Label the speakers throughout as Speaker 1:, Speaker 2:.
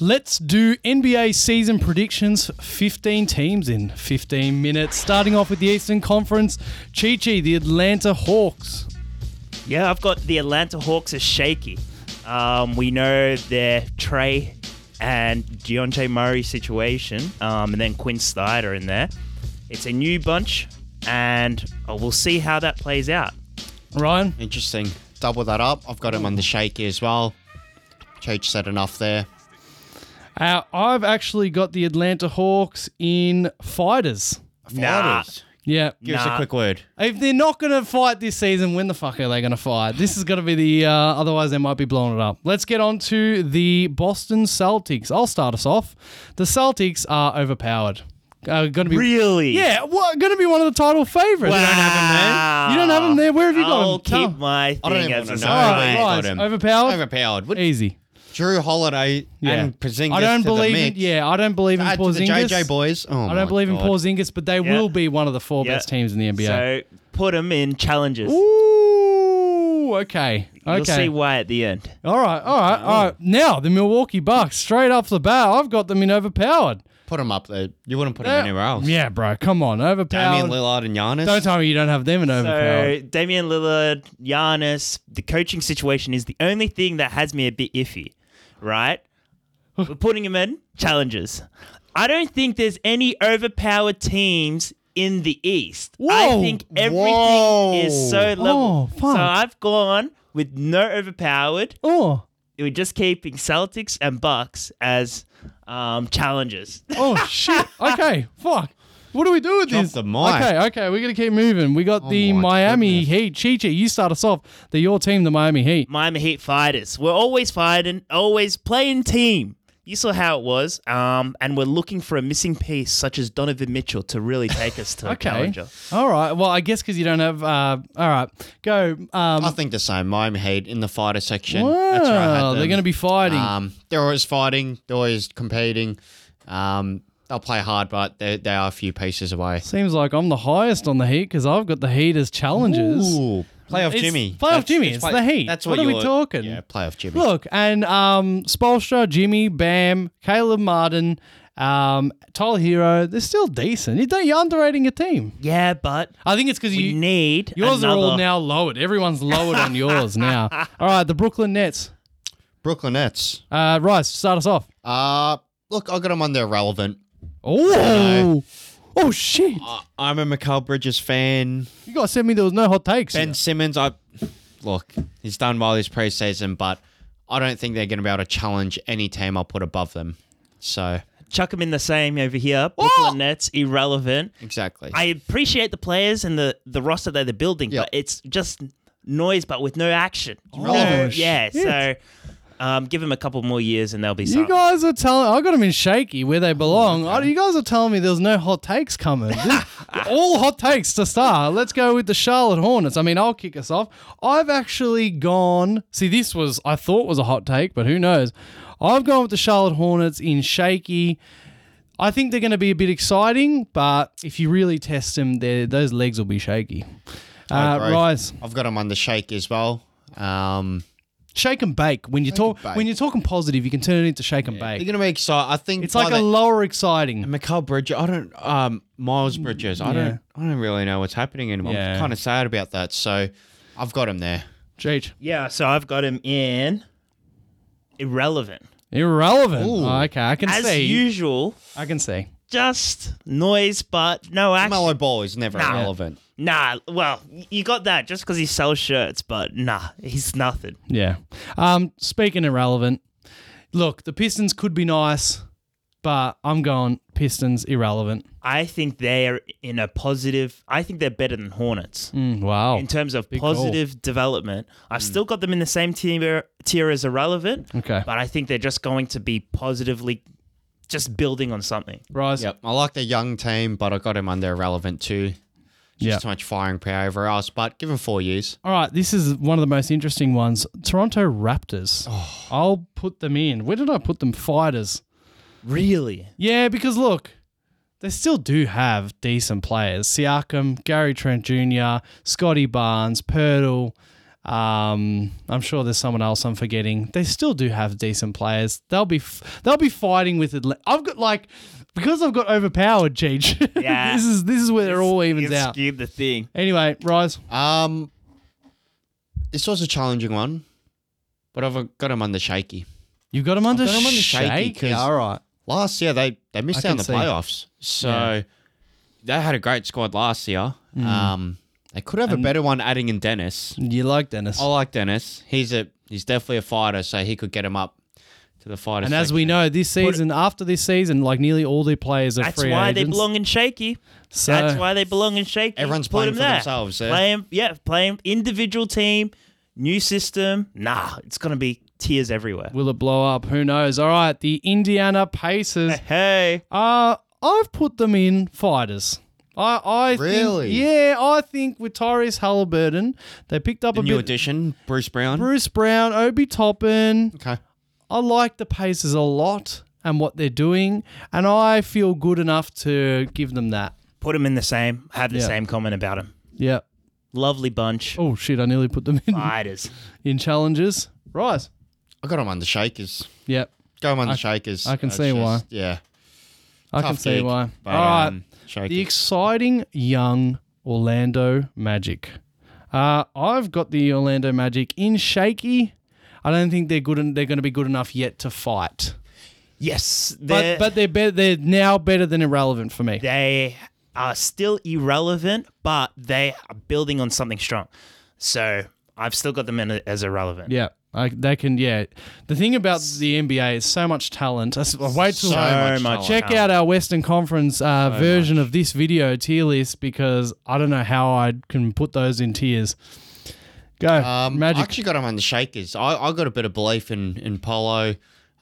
Speaker 1: Let's do NBA season predictions. 15 teams in 15 minutes. Starting off with the Eastern Conference, Chi Chi, the Atlanta Hawks.
Speaker 2: Yeah, I've got the Atlanta Hawks as shaky. Um, we know their Trey and Deontay Murray situation, um, and then Quinn Snyder in there. It's a new bunch, and uh, we'll see how that plays out.
Speaker 1: Ryan,
Speaker 3: Interesting. Double that up. I've got him on the shaky as well. Cheech said enough there.
Speaker 1: uh, I've actually got the Atlanta Hawks in fighters.
Speaker 2: Nah.
Speaker 3: Fighters.
Speaker 1: Yeah.
Speaker 3: Give us
Speaker 2: Nah.
Speaker 3: a quick word.
Speaker 1: If they're not going to fight this season, when the fuck are they going to fight? This is going to be the. Uh, otherwise, they might be blowing it up. Let's get on to the Boston Celtics. I'll start us off. The Celtics are overpowered. Uh, going to be
Speaker 2: Really?
Speaker 1: Yeah, what going to be one of the title favorites?
Speaker 3: don't have him
Speaker 2: Wow.
Speaker 1: You don't have him there. Where have you got
Speaker 2: I'll
Speaker 1: him? Tell-
Speaker 2: keep my
Speaker 3: I don't
Speaker 2: thing
Speaker 3: even
Speaker 2: as a
Speaker 3: wanna know.
Speaker 1: All right,
Speaker 3: I
Speaker 2: surprise.
Speaker 3: ain't got
Speaker 1: right.
Speaker 3: him.
Speaker 1: Overpowered.
Speaker 3: Overpowered. What,
Speaker 1: Easy.
Speaker 3: Drew Holiday
Speaker 1: Oh. Yeah.
Speaker 3: and Porzingis
Speaker 1: I don't
Speaker 3: to
Speaker 1: believe
Speaker 3: the
Speaker 1: in.
Speaker 3: mix.
Speaker 1: Yeah, I don't believe in
Speaker 3: Add to the
Speaker 1: Porzingis.
Speaker 3: JJ boys. Oh
Speaker 1: I don't believe
Speaker 3: God.
Speaker 1: in Porzingis, but they
Speaker 2: Yeah.
Speaker 1: will be one of the four
Speaker 2: Yeah.
Speaker 1: best teams in the NBA.
Speaker 2: So put him in challenges.
Speaker 1: Ooh, okay. Okay.
Speaker 2: You'll see why at the end.
Speaker 1: All right, all right, all
Speaker 3: Oh.
Speaker 1: right. Now, the Milwaukee Bucks, straight off the bat, I've got them in overpowered.
Speaker 3: Put him up there. You wouldn't put him anywhere else.
Speaker 1: Yeah, bro, come on.
Speaker 3: Damian
Speaker 1: Overpowered.
Speaker 3: Lillard and Giannis.
Speaker 1: Don't tell me you don't have them in overpowered.
Speaker 2: So Damian Lillard, Giannis, the coaching situation is the only thing that has me a bit iffy, right? We're putting him in challenges. I don't think there's any overpowered teams in the East. I
Speaker 1: Whoa.
Speaker 2: think everything
Speaker 3: Whoa.
Speaker 2: is so level.
Speaker 1: Oh,
Speaker 2: so
Speaker 1: fuck.
Speaker 2: I've gone with no overpowered.
Speaker 1: oh,
Speaker 2: We're just keeping Celtics and Bucks as um, challenges.
Speaker 1: oh, shit. Okay, fuck. What do we do with
Speaker 3: Drop
Speaker 1: this?
Speaker 3: the mic. Oh
Speaker 1: okay, okay, we're going to keep moving. We got the
Speaker 3: my
Speaker 1: Miami Heat. Chi Chi, you start us off. They're your team, the Miami Heat.
Speaker 2: Miami Heat fighters. We're always fighting, always playing team. You saw how it was, um, and we're looking for a missing piece such as Donovan Mitchell to really take us to a
Speaker 1: Okay.
Speaker 2: challenger.
Speaker 1: All right. Well, I guess because you don't have. Uh, all right. Go. Um,
Speaker 3: I think the same. Miami Heat in the fighter section. That's where I had
Speaker 1: wow, they're
Speaker 3: them.
Speaker 1: going to be fighting.
Speaker 3: Um, they're always fighting. They're always competing. Um, they'll play hard, but they they are a few paces away.
Speaker 1: Seems like I'm the highest on the Heat because I've got the Heat as challenges.
Speaker 3: Ooh, playoff
Speaker 1: It's
Speaker 3: Jimmy.
Speaker 1: playoff Jimmy, it's the Heat.
Speaker 3: That's
Speaker 1: What
Speaker 3: what,
Speaker 1: are we
Speaker 3: you're-
Speaker 1: talking?
Speaker 3: Yeah, playoff Jimmy.
Speaker 1: Look, and um, Spolstra, Jimmy, Bam, Caleb Martin, um, Tyler Hero, they're still decent. You don't- You're underrating your team.
Speaker 2: Yeah, but
Speaker 1: I think it's because
Speaker 2: we
Speaker 1: you,
Speaker 2: need
Speaker 1: yours
Speaker 2: another.
Speaker 1: are all now lowered. Everyone's lowered on yours now. All right, the Brooklyn Nets.
Speaker 3: Brooklyn Nets.
Speaker 1: Uh, Rice, start us off.
Speaker 3: Uh, look, I got them on there relevant.
Speaker 1: Oh, oh shit!
Speaker 3: I, I'm a Mikal Bridges fan.
Speaker 1: You guys said me there was no hot takes.
Speaker 3: Ben Simmons, I look, he's done well this preseason, but I don't think they're going to be able to challenge any team I put above them. So
Speaker 2: Chuck him in the same over here. Brooklyn Nets irrelevant.
Speaker 3: exactly.
Speaker 2: I appreciate the players and the the roster that they're building,
Speaker 3: Yep.
Speaker 2: but it's just noise, but with no action.
Speaker 1: Oh,
Speaker 2: No- yeah,
Speaker 1: shit.
Speaker 2: so um, give him a couple more years and they'll be
Speaker 1: You
Speaker 2: something.
Speaker 1: guys are telling. I got them in shaky where they
Speaker 3: Oh,
Speaker 1: belong. I- you guys are telling me there's no hot takes coming. This- all hot takes to start. Let's go with the Charlotte Hornets. I mean, I'll kick us off. I've actually gone. See, this was I thought was a hot take, but who knows? I've gone with the Charlotte Hornets in shaky. I think they're going to be a bit exciting, but if you really test them, they're- those legs will be shaky.
Speaker 3: I
Speaker 1: Uh,
Speaker 3: agree.
Speaker 1: Rise,
Speaker 3: I've got them on the shake as well. Um,
Speaker 1: shake and bake. When you talk,
Speaker 3: bake.
Speaker 1: when you're talking positive, you can turn it into shake and
Speaker 3: they're
Speaker 1: bake.
Speaker 3: going to be excited. I think
Speaker 1: It's like
Speaker 3: by
Speaker 1: a
Speaker 3: the-
Speaker 1: lower exciting.
Speaker 3: Mikal Bridges. I don't. Um, Miles Bridges. I
Speaker 1: Mm, yeah.
Speaker 3: don't. I don't really know what's happening anymore.
Speaker 1: Yeah.
Speaker 3: I'm kind of sad about that. So I've got him there.
Speaker 1: Cheech.
Speaker 2: Yeah, so I've got him in irrelevant.
Speaker 1: Irrelevant.
Speaker 3: Ooh.
Speaker 1: Oh, okay, I can
Speaker 2: As
Speaker 1: see.
Speaker 2: usual,
Speaker 1: I can see.
Speaker 2: just noise, but no action.
Speaker 3: Mellow ball is never
Speaker 2: Nah.
Speaker 3: relevant.
Speaker 2: Nah, well, you got that just because he sells shirts, but nah, he's nothing.
Speaker 1: Yeah. Um, speaking irrelevant, look, the Pistons could be nice, but I'm going Pistons irrelevant.
Speaker 2: I think they're in a positive. I think they're better than Hornets
Speaker 1: Mm, wow.
Speaker 2: in terms of
Speaker 1: call.
Speaker 2: positive development. I've
Speaker 1: Hmm.
Speaker 2: still got them in the same tier tier as irrelevant,
Speaker 1: Okay.
Speaker 2: but I think they're just going to be positively just building on something.
Speaker 1: Rise.
Speaker 3: Yep. I like the young team, but I got him under irrelevant too. Just
Speaker 1: Yeah.
Speaker 3: too much firing power over us. But give him four years.
Speaker 1: All right. This is one of the most interesting ones. Toronto Raptors. I'll put them in. Where did I put them? Fighters.
Speaker 2: Really?
Speaker 1: Yeah, because look, they still do have decent players. Siakam, Gary Trent Jr., Scotty Barnes, Pirtle, Um, I'm sure there's someone else I'm forgetting. They still do have decent players. They'll be f- they'll be fighting with Atlanta. I've got like because I've got overpowered Cheech.
Speaker 2: Yeah.
Speaker 1: this is this is where they're all evens
Speaker 2: You've
Speaker 1: out.
Speaker 2: skewed the thing.
Speaker 1: Anyway, rise.
Speaker 3: Um, this was a challenging one, but I've got him under shaky.
Speaker 1: You've got him under,
Speaker 3: got 'em under shaky,
Speaker 1: shake.
Speaker 3: 'cause-
Speaker 1: Yeah, all right.
Speaker 3: Last year they they
Speaker 1: I
Speaker 3: missed
Speaker 1: can
Speaker 3: out on the
Speaker 1: see.
Speaker 3: playoffs, so
Speaker 1: Yeah. Mm.
Speaker 3: they had a great squad last year. Um, they could have a better one adding in Dennis.
Speaker 1: You like Dennis.
Speaker 3: I like Dennis. He's a he's definitely a fighter, so he could get him up to the fighter.
Speaker 1: and as we know, this season, after this season, like nearly all the players are
Speaker 2: That's
Speaker 1: free
Speaker 2: why they
Speaker 1: agents.
Speaker 2: belong in shaky.
Speaker 1: So,
Speaker 2: That's why they belong in shaky.
Speaker 3: Everyone's
Speaker 2: Put
Speaker 3: playing
Speaker 2: 'em
Speaker 3: for
Speaker 2: there.
Speaker 3: themselves, yeah.
Speaker 2: Play 'em- yeah, play 'em individual team, new system. Nah, it's gonna be tears everywhere.
Speaker 1: will it blow up? Who knows? All right, the Indiana Pacers.
Speaker 2: Hey,
Speaker 1: Uh, I've put them in fighters. I, I
Speaker 3: Really?
Speaker 1: Think, yeah, I think with Tyrese Halliburton, they picked up
Speaker 3: the
Speaker 1: a
Speaker 3: new
Speaker 1: bit.
Speaker 3: addition, Bruce Brown.
Speaker 1: Bruce Brown, Obi Toppin.
Speaker 3: Okay.
Speaker 1: I like the Pacers a lot and what they're doing, and I feel good enough to give them that.
Speaker 2: put them in the same. Have the
Speaker 1: Yeah.
Speaker 2: same comment about them.
Speaker 1: Yeah.
Speaker 2: Lovely bunch.
Speaker 1: Oh shit! I nearly put them in
Speaker 2: Fighters.
Speaker 1: in challenges. Rise.
Speaker 3: I got him under shakers.
Speaker 1: Yep.
Speaker 3: Go him under shakers.
Speaker 1: I can
Speaker 3: It's
Speaker 1: see why.
Speaker 3: Yeah.
Speaker 1: I
Speaker 3: tough
Speaker 1: can see
Speaker 3: gig,
Speaker 1: why.
Speaker 3: but,
Speaker 1: All right.
Speaker 3: um, shakers.
Speaker 1: The exciting young Orlando Magic. Uh, I've got the Orlando Magic in shaky. I don't think they're good. En- they're going to be good enough yet to fight.
Speaker 2: Yes,
Speaker 1: But
Speaker 2: they're-
Speaker 1: but they're better. They're now better than irrelevant for me.
Speaker 2: they are still irrelevant, but they are building on something strong. So I've still got them in a- as irrelevant.
Speaker 1: Yeah. I, they can, yeah. The thing about the NBA is so much talent. That's- Wait till
Speaker 2: So
Speaker 3: So much
Speaker 2: much. Oh,
Speaker 3: talent.
Speaker 1: check out our Western Conference uh, version of this video tier list because I don't know how I can put those in tiers. Go
Speaker 3: Um, I
Speaker 1: Magic.
Speaker 3: actually got him on the shakers. I, I got a bit of belief in in Polo,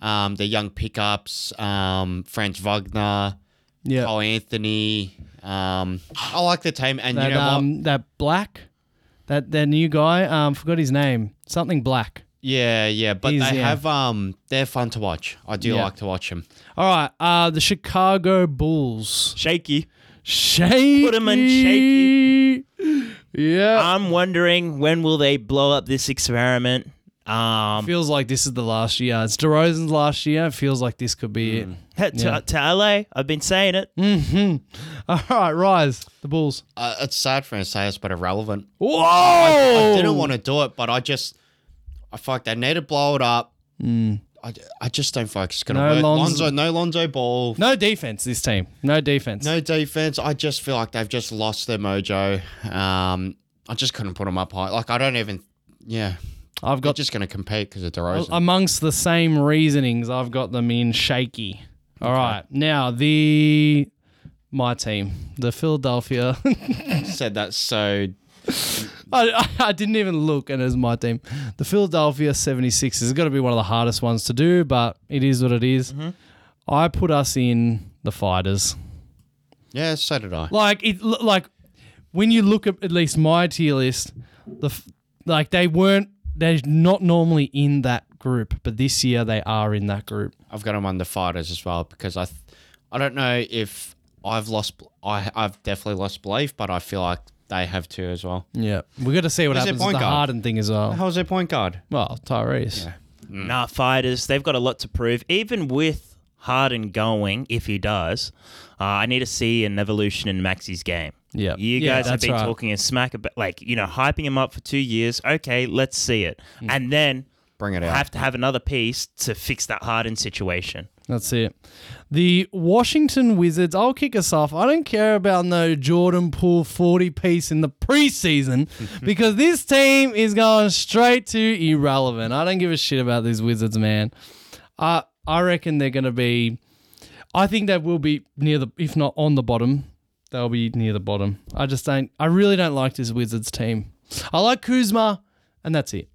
Speaker 3: um, the young pickups, um, Franz Wagner,
Speaker 1: yeah,
Speaker 3: Cole Anthony. Um, I like the team, and
Speaker 1: that
Speaker 3: you know what?
Speaker 1: um that black, that that new guy. Um, forgot his name. Something black.
Speaker 3: Yeah, yeah, but they
Speaker 1: he's- yeah.
Speaker 3: have um, they're fun to watch. I do
Speaker 1: Yeah.
Speaker 3: like to watch them.
Speaker 1: All right. Uh, the Chicago Bulls.
Speaker 2: Shaky.
Speaker 1: Shaky.
Speaker 2: 'em in shaky.
Speaker 3: Um,
Speaker 1: Yeah.
Speaker 2: I'm wondering when will they blow up this experiment? Um,
Speaker 1: feels like this is the last year. It's DeRozan's last year. It feels like this could be
Speaker 3: Hmm.
Speaker 1: it.
Speaker 2: to, to LA, I've been saying it.
Speaker 1: Hmm. All right, rise the Bulls.
Speaker 3: Uh, it's sad for me to say this, but irrelevant.
Speaker 1: Whoa!
Speaker 3: I
Speaker 1: Oh!
Speaker 3: didn't want to do it, but I just, I feel like they need to blow it up. I, I just don't feel like it's gonna
Speaker 1: Hmm. No
Speaker 3: work.
Speaker 1: Lonzo-
Speaker 3: Lonzo, no Lonzo Ball,
Speaker 1: No defense. This team. No defense.
Speaker 3: No defense. I just feel like they've just lost their mojo. Um, I just couldn't put them up high. Like I don't even. Yeah,
Speaker 1: I've
Speaker 3: they're
Speaker 1: got
Speaker 3: just going to compete because of DeRozan.
Speaker 1: amongst the same reasonings. I've got them in shaky. All right. Now the my team, the Philadelphia.
Speaker 3: said that so.
Speaker 1: I, I, I didn't even look, and it's my team. The Philadelphia 76ers has got to be one of the hardest ones to do, but it is what it is. I put us in the fighters.
Speaker 3: Yeah, so did I.
Speaker 1: Like it, l- like when you look at at least my tier list, the f- like they weren't they're not normally in that group, but this year they are in that group.
Speaker 3: I've got them under fighters as well because I, th- I don't know if I've lost. I I've definitely lost belief, but I feel like they have too as well.
Speaker 1: Yeah, we got to see what
Speaker 3: Who's their
Speaker 1: happens with
Speaker 3: point
Speaker 1: the
Speaker 3: guard?
Speaker 1: Harden thing as well.
Speaker 3: How's their point guard?
Speaker 1: Well, Tyrese.
Speaker 2: Nah, fighters, they've got a lot to prove. Even with Harden going, if he does, uh, I need to see an evolution in Maxi's game.
Speaker 1: Yeah.
Speaker 2: You
Speaker 1: Uh, Yeah,
Speaker 2: guys have
Speaker 1: that's
Speaker 2: been
Speaker 1: right.
Speaker 2: talking and smack about, like, you know, hyping him up for two years. Okay, let's see it.
Speaker 1: Hmm.
Speaker 2: And then
Speaker 3: Bring it out.
Speaker 2: have to have another piece to fix that Harden situation.
Speaker 1: That's it. The Washington Wizards, I'll kick us off. I don't care about no Jordan Poole 40 piece in the preseason because this team is going straight to irrelevant. I don't give a shit about these Wizards, man. I I reckon they're going to be I think they will be near the if not on the bottom, they'll be near the bottom. I just don't I really don't like this Wizards team. I like Kuzma and that's it.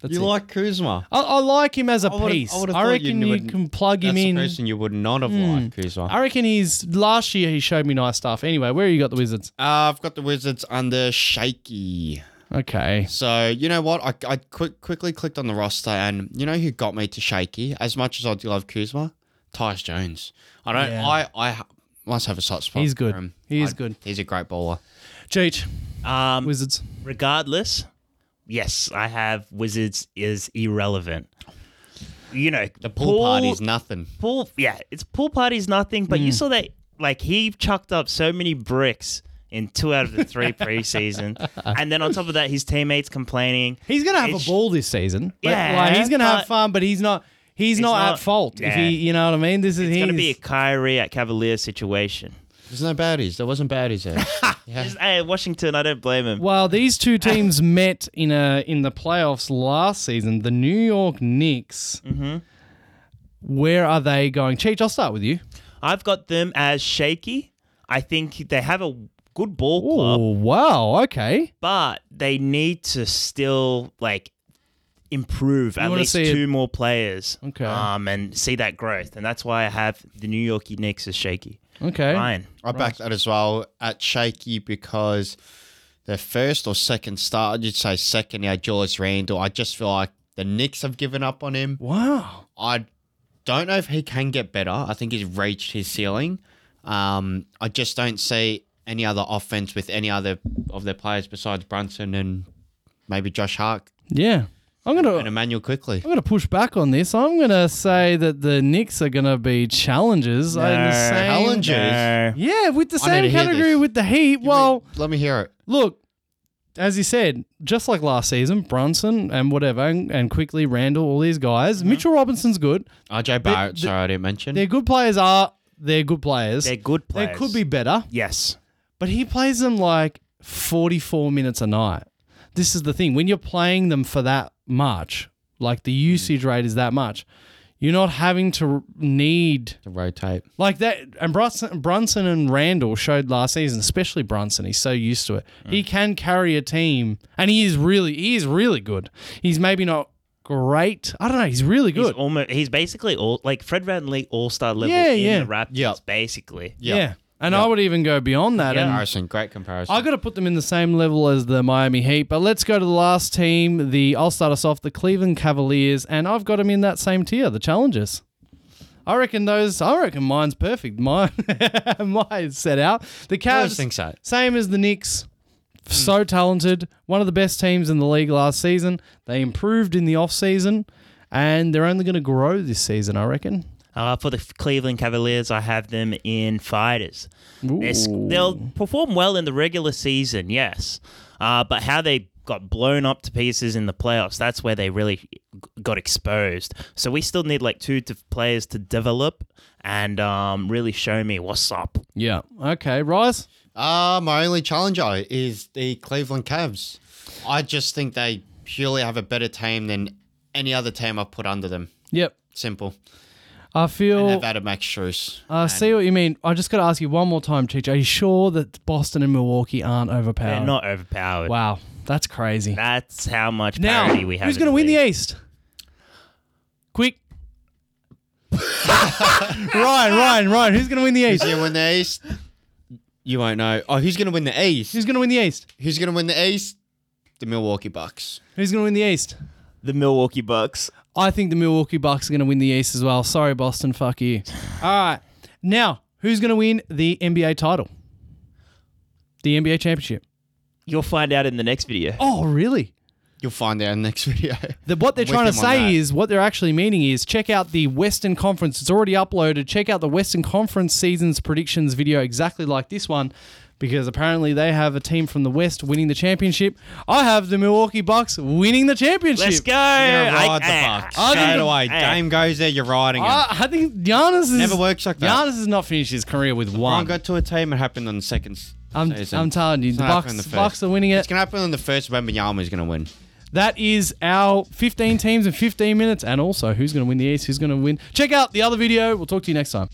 Speaker 1: That's
Speaker 3: you
Speaker 1: it.
Speaker 3: like Kuzma?
Speaker 1: I, I like him as a
Speaker 3: would've- I
Speaker 1: piece. I,
Speaker 3: would've thought you
Speaker 1: reckon
Speaker 3: knew
Speaker 1: you,
Speaker 3: it-
Speaker 1: can plug
Speaker 3: That's
Speaker 1: him
Speaker 3: the
Speaker 1: in.
Speaker 3: person you would not have liked, Kuzma.
Speaker 1: I reckon he's last year he showed me nice stuff. Anyway, where you got the Wizards?
Speaker 3: Uh, I've got the Wizards under shaky.
Speaker 1: Okay.
Speaker 3: So you know what? I, I quick, quickly clicked on the roster, and you know who got me to shaky? As much as I do love Kuzma, Tyus Jones. I don't.
Speaker 1: Yeah.
Speaker 3: I I ha- must have a soft spot.
Speaker 1: He's good.
Speaker 3: For him.
Speaker 1: He is
Speaker 3: I-
Speaker 1: good.
Speaker 3: He's a great baller.
Speaker 1: Cheat.
Speaker 2: Um,
Speaker 1: Wizards.
Speaker 2: regardless, yes, I have Wizards is irrelevant. You know,
Speaker 3: The pool, party's Hmm. nothing.
Speaker 2: pool yeah it's pool party's nothing but you saw that like he chucked up so many bricks in two out of the three preseason and then on top of that his teammates complaining
Speaker 1: He's gonna have
Speaker 2: It's-
Speaker 1: a ball this season. Like-
Speaker 2: Yeah,
Speaker 1: like, he's gonna have
Speaker 2: but-
Speaker 1: fun, but he's not. He's not,
Speaker 2: not-
Speaker 1: at fault. If
Speaker 2: yeah.
Speaker 1: he, you know what I mean. This is
Speaker 2: it's going to
Speaker 1: his-
Speaker 2: be a Kyrie at Cavalier situation
Speaker 3: There's no baddies. There wasn't baddies there. yeah.
Speaker 2: Just- hey Washington I don't blame him
Speaker 1: While these two teams met in a in the playoffs last season, the New York Knicks. Where are they going? Cheech, I'll start with you.
Speaker 2: I've got them as shaky I think they have a good ball club
Speaker 1: Oh wow, okay.
Speaker 2: but they need to still like improve at
Speaker 1: wanna
Speaker 2: least
Speaker 1: see it-
Speaker 2: two more players
Speaker 1: Okay.
Speaker 2: um and see that growth and that's why I have the New York Knicks as shaky
Speaker 1: Okay.
Speaker 2: Ryan
Speaker 3: I backed that as well at shaky because their first or second start, you'd say second, yeah, Julius Randle. I just feel like the Knicks have given up on him.
Speaker 1: Wow.
Speaker 3: I don't know if he can get better. I think he's reached his ceiling. Um, I just don't see any other offense with any other of their players besides Brunson and maybe Josh Hart
Speaker 1: Yeah. I'm
Speaker 3: and
Speaker 1: gonna
Speaker 3: Emmanuel quickly.
Speaker 1: I'm gonna push back on this. I'm gonna say that the Knicks are gonna be challengers. in the
Speaker 2: No.
Speaker 1: same,
Speaker 3: Challengers?
Speaker 2: No.
Speaker 1: Yeah, with the
Speaker 3: I need to
Speaker 1: same
Speaker 3: hear
Speaker 1: category
Speaker 3: this.
Speaker 1: with the Heat. well,
Speaker 3: let me hear it.
Speaker 1: look, as you said, just like last season, Brunson and whatever, and, and quickly Randall, all these guys.
Speaker 3: Mm-hmm.
Speaker 1: Mitchell Robinson's good.
Speaker 3: RJ Barrett,
Speaker 1: the-
Speaker 3: sorry I didn't mention.
Speaker 1: Their good players are they're good players.
Speaker 2: They're good players.
Speaker 1: They could be better,
Speaker 2: Yes.
Speaker 1: but he plays them like 44 minutes a night. This is the thing when you're playing them for that much, like the usage rate is that much, you're not having to need
Speaker 3: to rotate.
Speaker 1: like that, and Brunson, Brunson and Randall showed last season, especially Brunson. He's so used to it. He can carry a team, and he is really, he is really good. He's maybe not great. I don't know. He's really
Speaker 2: He's
Speaker 1: good.
Speaker 2: almost he's basically all like Fred VanVleet all star level
Speaker 1: Yeah,
Speaker 2: in
Speaker 1: yeah.
Speaker 2: the Raptors
Speaker 3: Yep.
Speaker 2: basically.
Speaker 1: yeah. and I would even go beyond that. And
Speaker 3: Comparison, great comparison.
Speaker 1: I got to put them in the same level as the Miami Heat. But let's go to the last team. The I'll start us off the Cleveland Cavaliers, and I've got them in that same tier, the Challengers. I reckon those. I reckon mine's perfect. Mine, mine's set out. The
Speaker 3: I
Speaker 1: Cavs.
Speaker 3: always think Hmm. so.
Speaker 1: Same as the Knicks. So talented. One of the best teams in the league last season. They improved in the offseason and they're only going to grow this season, I reckon.
Speaker 2: Uh, for the Cleveland Cavaliers, I have them in fighters. They're s-
Speaker 1: Ooh.
Speaker 2: They'll perform well in the regular season, yes, uh, but how they got blown up to pieces in the playoffs—that's where they really g- got exposed. So we still need like two to players to develop and um, really show me what's up.
Speaker 1: Yeah. Okay, Rise.
Speaker 3: Uh, my only challenger is the Cleveland Cavs. I just think they purely have a better team than any other team I've put under them.
Speaker 1: Yep.
Speaker 3: Simple.
Speaker 1: I
Speaker 3: And
Speaker 1: feel.
Speaker 3: they've added Max Struess.
Speaker 1: I Uh, see what you mean. I just got to ask you one more time, Cheech. Are you sure that Boston and Milwaukee aren't overpowered?
Speaker 2: They're not overpowered.
Speaker 1: Wow, that's crazy.
Speaker 2: That's how much
Speaker 1: now,
Speaker 2: parity we have.
Speaker 1: who's
Speaker 2: in
Speaker 1: going to win
Speaker 2: league.
Speaker 1: the East? Quick. Ryan, Ryan, Ryan. Who's going to win the
Speaker 3: Who's
Speaker 1: East?
Speaker 3: going to win the East? You won't know. Oh, who's going to win the East?
Speaker 1: Who's going to win the East?
Speaker 3: Who's going to win the East? The Milwaukee Bucks.
Speaker 1: Who's going to win the East?
Speaker 2: the Milwaukee Bucks.
Speaker 1: I think the Milwaukee Bucks are going to win the East as well. Sorry, Boston. Fuck you. All right. Now, who's going to win the NBA title? The NBA championship.
Speaker 2: You'll find out in the next video.
Speaker 1: Oh, really?
Speaker 3: You'll find out in the next video.
Speaker 1: The, what they're
Speaker 3: I'm with
Speaker 1: trying to
Speaker 3: him on that.
Speaker 1: say is, what they're actually meaning is, check out the Western Conference. It's already uploaded. Check out the Western Conference seasons predictions video, exactly like this one, because apparently they have a team from the West winning the championship. I have the Milwaukee Bucks winning the championship.
Speaker 2: Let's go.
Speaker 3: You're gonna
Speaker 2: I-
Speaker 3: ride
Speaker 2: eh,
Speaker 3: the Bucks.
Speaker 2: I-
Speaker 3: Straight away.
Speaker 2: eh,
Speaker 3: Dame goes there, you're riding him.
Speaker 1: I, I think Giannis is,
Speaker 3: Never works like that.
Speaker 1: Giannis has not finished his career with
Speaker 3: One
Speaker 1: one.
Speaker 3: got to a team, it happened on the second s-
Speaker 1: I'm,
Speaker 3: season.
Speaker 1: I'm telling you,
Speaker 3: It's
Speaker 1: the
Speaker 3: not
Speaker 1: Bucks,
Speaker 3: happening the
Speaker 1: Bucks
Speaker 3: first.
Speaker 1: are winning
Speaker 3: It's
Speaker 1: it.
Speaker 3: going to happen on the first when Yama is going to win.
Speaker 1: That is our 15 teams in 15 minutes, and also who's going to win the East, who's going to win. Check out the other video. We'll talk to you next time.